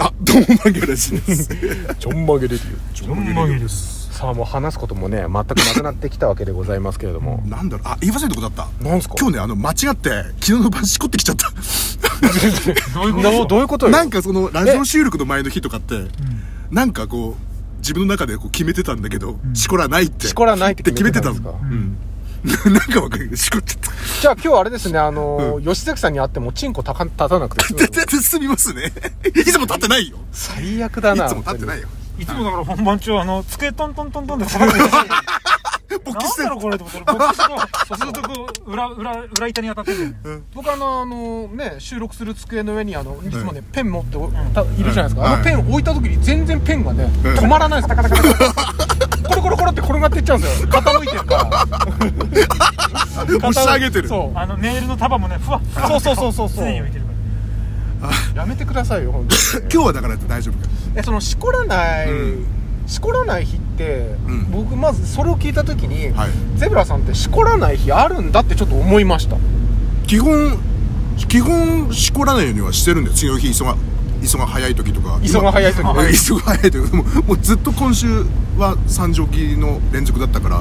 あどうもマギョラシですちょんまげレディオ。ち。ょんまげですさあ、もう話すこともね、全くなくなってきたわけでございますけれども。なんだろうあ言い忘れたことあったなんすか今日ねあの間違って昨日の晩しこってきちゃったどういうことよ。なんかそのラジオ収録の前の日とかって、なんかこう自分の中でこう決めてたんだけど、しこらないってしこらないって決決めめててたたんですかのうん なんかわかるけどしこっちゃったじゃあ今日あれですね、あのー、吉崎さんに会ってもチンコたか立たなくて済む全然進みます ねいつも立ってないよい最悪だな。つも立ってないよいつもだから本番中、あの、机トントントントンで叩くんですよ。勃起なしんてだるろうこれと思ったら、僕そうするとこう、裏、裏、裏板に当たってて。僕あの、あのね、収録する机の上にあの、いつもね、ペン持っておたいるじゃないですか。あはのいペン置いた時に全然ペンがね、ん止まらないです。カタカタカタカタコロコロコロって転がっていっちゃうんですよ。傾いてるから。押し上げてるそう。あの、メールの束もね、ふわふわそうそうそうそうそう常に浮いてるかやめてくださいよ、本当に。今日はだから大丈夫かえそのしこらない、うんしこらない日って、ん僕まずそれを聞いた時に、はいゼブラさんってしこらない日あるんだってちょっと思いました基本基本しこらないようにはしてるんで次の日急が急が早い時とか急が早い時今ねえ急が早い時もうもうずっと今週は三条期の連続だったから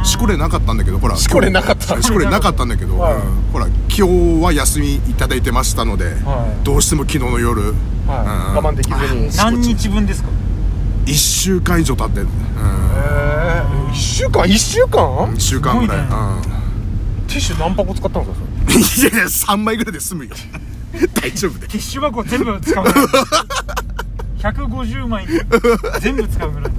うんしこれなかったんだけどほらしこれなかった今日しこれなかったんだけど、はいうんほら今日は休みいただいてましたので、はいどうしても昨日の夜、はいはい我慢できずにら。何日分ですか1週間以上経ってる、えー、1週間1週間、うん、1テ週間ぐらい、すごィッシュ何箱使ったんでうすかん、いやいや3枚ぐらいで済むよ 大丈夫でティッシュ箱全部使うぐらい。150枚に全部使うぐらい。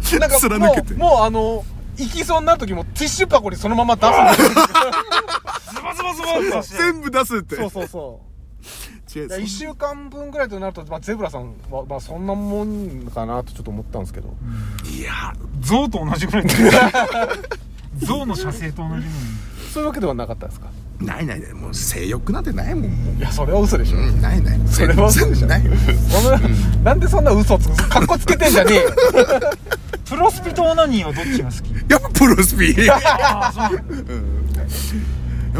それなん か貫けてもうもうあの行きそうになる時もティッシュ箱にそのまま出すんですよズバズバズバって出して。全部出すってそうそうそう違ういや1週間分ぐらいとなると、まあ、ゼブラさんは、まあ、そんなもんかなとちょっと思ったんですけど、いや象と同じぐらい。象の射精と同じぐらい。そういうわけではなかったですかないないないもう性欲なんてないもんもういやそれは嘘でしょ、うんないないそれは嘘でしょないそんななんでそんな嘘つくかっこつけてんじゃねえよプロスピとオナニーはどっちが好きやっぱプロス ピやっああ、そうなんだ。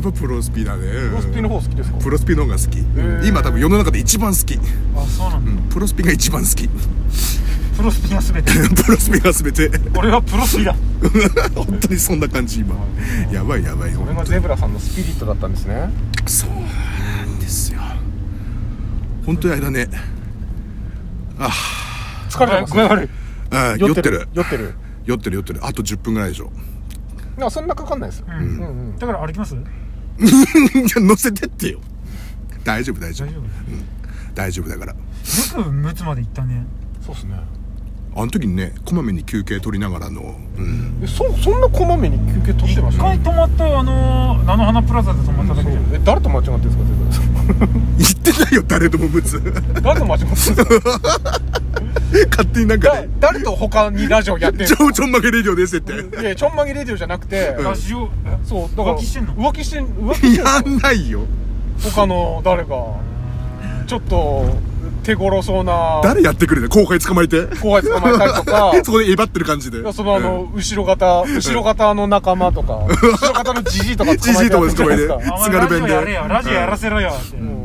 ぱプロスピだねププロスピの方好きですかプロスピの方が好き、ー今多分世の中で一番好き、あ、そうなんだ。プロスピが一番好き プロスピが全 て。プロスピが全て 俺はプロスピだ。本当にそんな感じ今やばいやばいこれがゼブラさんのスピリットだったんですねそうなんですよ本当にあれだね疲れてます、ね、悪い。あー酔ってる酔ってる酔ってる酔ってるあと10分ぐらいでしょ なんかそんなかかんないですよ、うんうんだから歩きますいや乗せてってよ大丈夫大丈大夫丈夫大丈夫だからよく陸奥まで行ったねそうですねあの時にねこまめに休憩取りながらの、うん、えそそんなこまめに休憩取ってまし一た回泊まったあのー菜の花プラザで泊まっただけじゃんえ誰と間違ってんですかゼブラさん言ってないよ誰ともブツ 誰と間違ってんですか勝手になんかだね誰と他にラジオやってん「のちょちょんまげレディオです」って いやちょんまげレディオじゃなくて、ラジオそうだから浮気してんの浮気してん浮気してんやのんないよ他の誰かちょっと手頃そうな誰やってくれた後輩捕まえて後輩捕まえたりとか そこで威張ってる感じでいやそのあの、後ろ型後ろ型の仲間とか後ろ型のじじいとかじじいとか捕まえてやってんじゃないですかあお津軽弁前ラジオでやれよラジオやらせろよってうん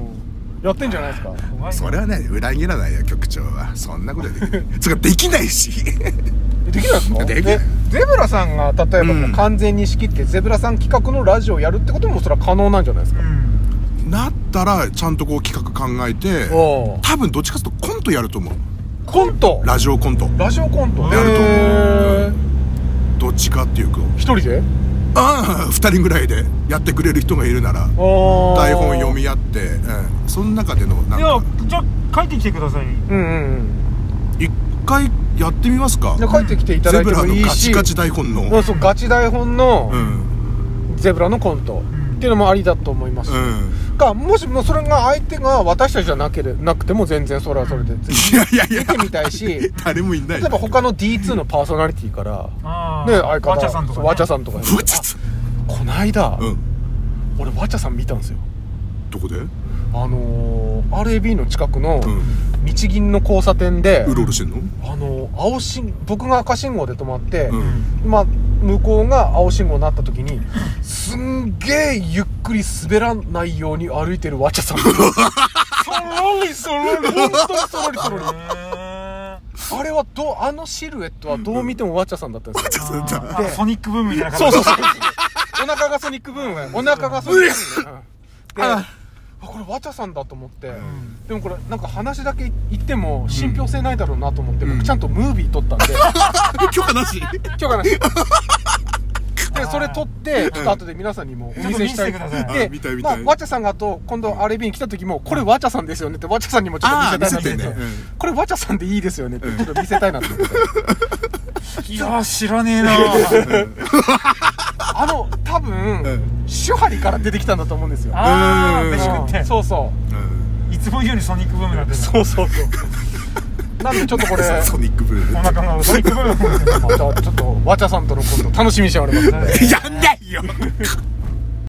やってんじゃないですか怖いそれはね裏切らないよ局長はそんなことはでき ないつうかできないし えできないですかできないえゼブラさんが例えばもううん完全に仕切ってゼブラさん企画のラジオやるってこともそれは可能なんじゃないですかうんなったらちゃんとこう企画考えておう多分どっちかっていうとコントやると思うコントラジオコントラジオコントやると思うへーどっちかっていうと一人でああ2人ぐらいでやってくれる人がいるなら台台本読み合って、うん、その中でのなんではかじゃあ帰ってきてくださいうんうんうん一回やってみますかで帰ってきていたゼだいブてラものいいカチしカチ台本のまあそうガチ台本のうんゼブラのコントんっていうのもありだと思いますうんかもしもうそれが相手が私たちじゃなけれなくても全然それはそれで全然いやいやい や見てみたいし例誰もいないえば他の D2 のパーソナリティからねああ相方ワチャさんとかそねうワチャさんとかふわちゃつこないだうん俺ワチャさん見たんですよどこでうんあのー RAB の近くのう日銀の交差点でろうろしてんのあのー青信僕が赤信号で止まって、うんまあ、向こうが青信号になった時にすんげえゆっくり滑らないように歩いてるわちゃさんそそろりそろり本当にそろりそろりへーあれはどうあのシルエットはどう見てもワッチャさんだったん ですよちょっとあーソニックブームみたいなそう感じそうそう。お腹がソニックブームやお腹がソニックブームやで、あ、これワチャさんだと思って。でもこれなんか話だけ言っても信憑性ないだろうなと思って、僕ちゃんとムービー撮ったんで、 許可なし今日話で、それ撮って、ちょっと後で皆さんにもお見せしたい。ちょっと見せてくださいあで、見たい見またあい、ワチャさんがあと、今度アレビン来た時も、これワチャさんですよねって、ワチャさんにもちょっと見せたいなあー見と思って、せてねうこれワチャさんでいいですよねって、ちょっと見せたいなと思って。いやー知らねえな あの、多分、うんシュハリから出てきたんだと思うんですよ。ああうん飯食ってそうそう。うんいつも以上にソニックブームになってるそうそうそう。なんでちょっとこれ、ちソょニックブー ムお腹がソニックブームになってるちょっと、わちゃさんとの今度楽しみにしております。やんないよ